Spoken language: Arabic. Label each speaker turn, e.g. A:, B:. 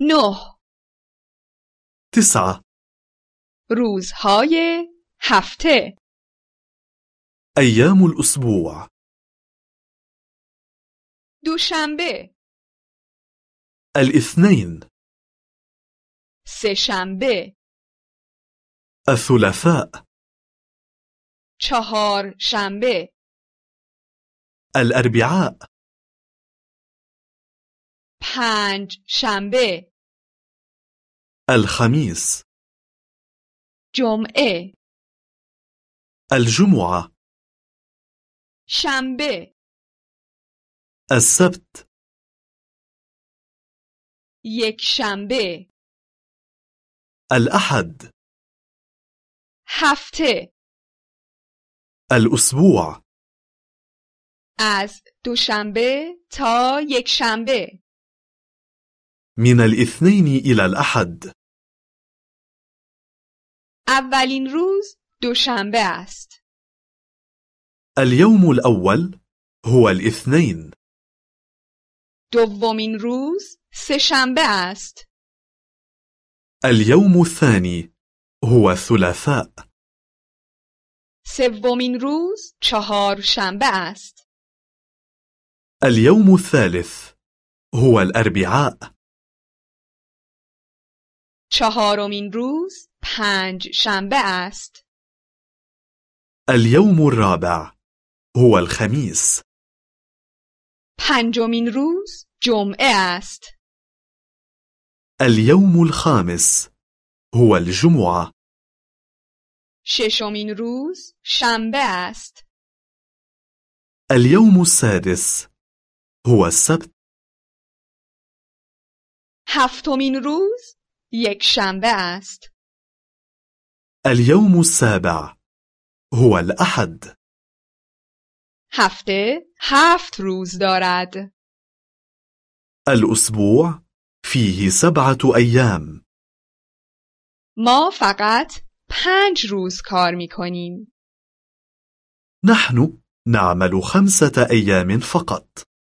A: نه
B: تسعة
A: روزهای هفته
B: أيام الأسبوع
A: دوشنبه
B: الاثنين
A: سهشنبه
B: الثلاثاء
A: چهارشنبه
B: الأربعاء
A: پنج شنبه
B: الخميس
A: جمعه
B: الجمعة
A: شنبه
B: السبت
A: یک شنبه
B: الأحد
A: هفته
B: الأسبوع
A: از دوشنبه تا یک شنبه
B: من الاثنين إلى الأحد
A: اولین روز دوشنبه است
B: اليوم الأول هو الاثنين
A: دومین روز سهشنبه است
B: اليوم الثاني هو الثلاثاء
A: سومین روز چهارشنبه است
B: اليوم الثالث هو الأربعاء
A: چهارمین روز پنج شنبه است
B: اليوم الرابع هو الخميس
A: پنجمین روز جمعه است
B: اليوم الخامس هو الجمعة
A: ششمین روز شنبه است
B: اليوم السادس هو السبت
A: هفتمین روز یک شنبه است
B: اليوم السابع هو الأحد
A: هفته هفت روز دارد
B: الأسبوع فيه سبعة أيام
A: ما فقط پنج روز کار می کنیم
B: نحن نعمل خمسة أيام فقط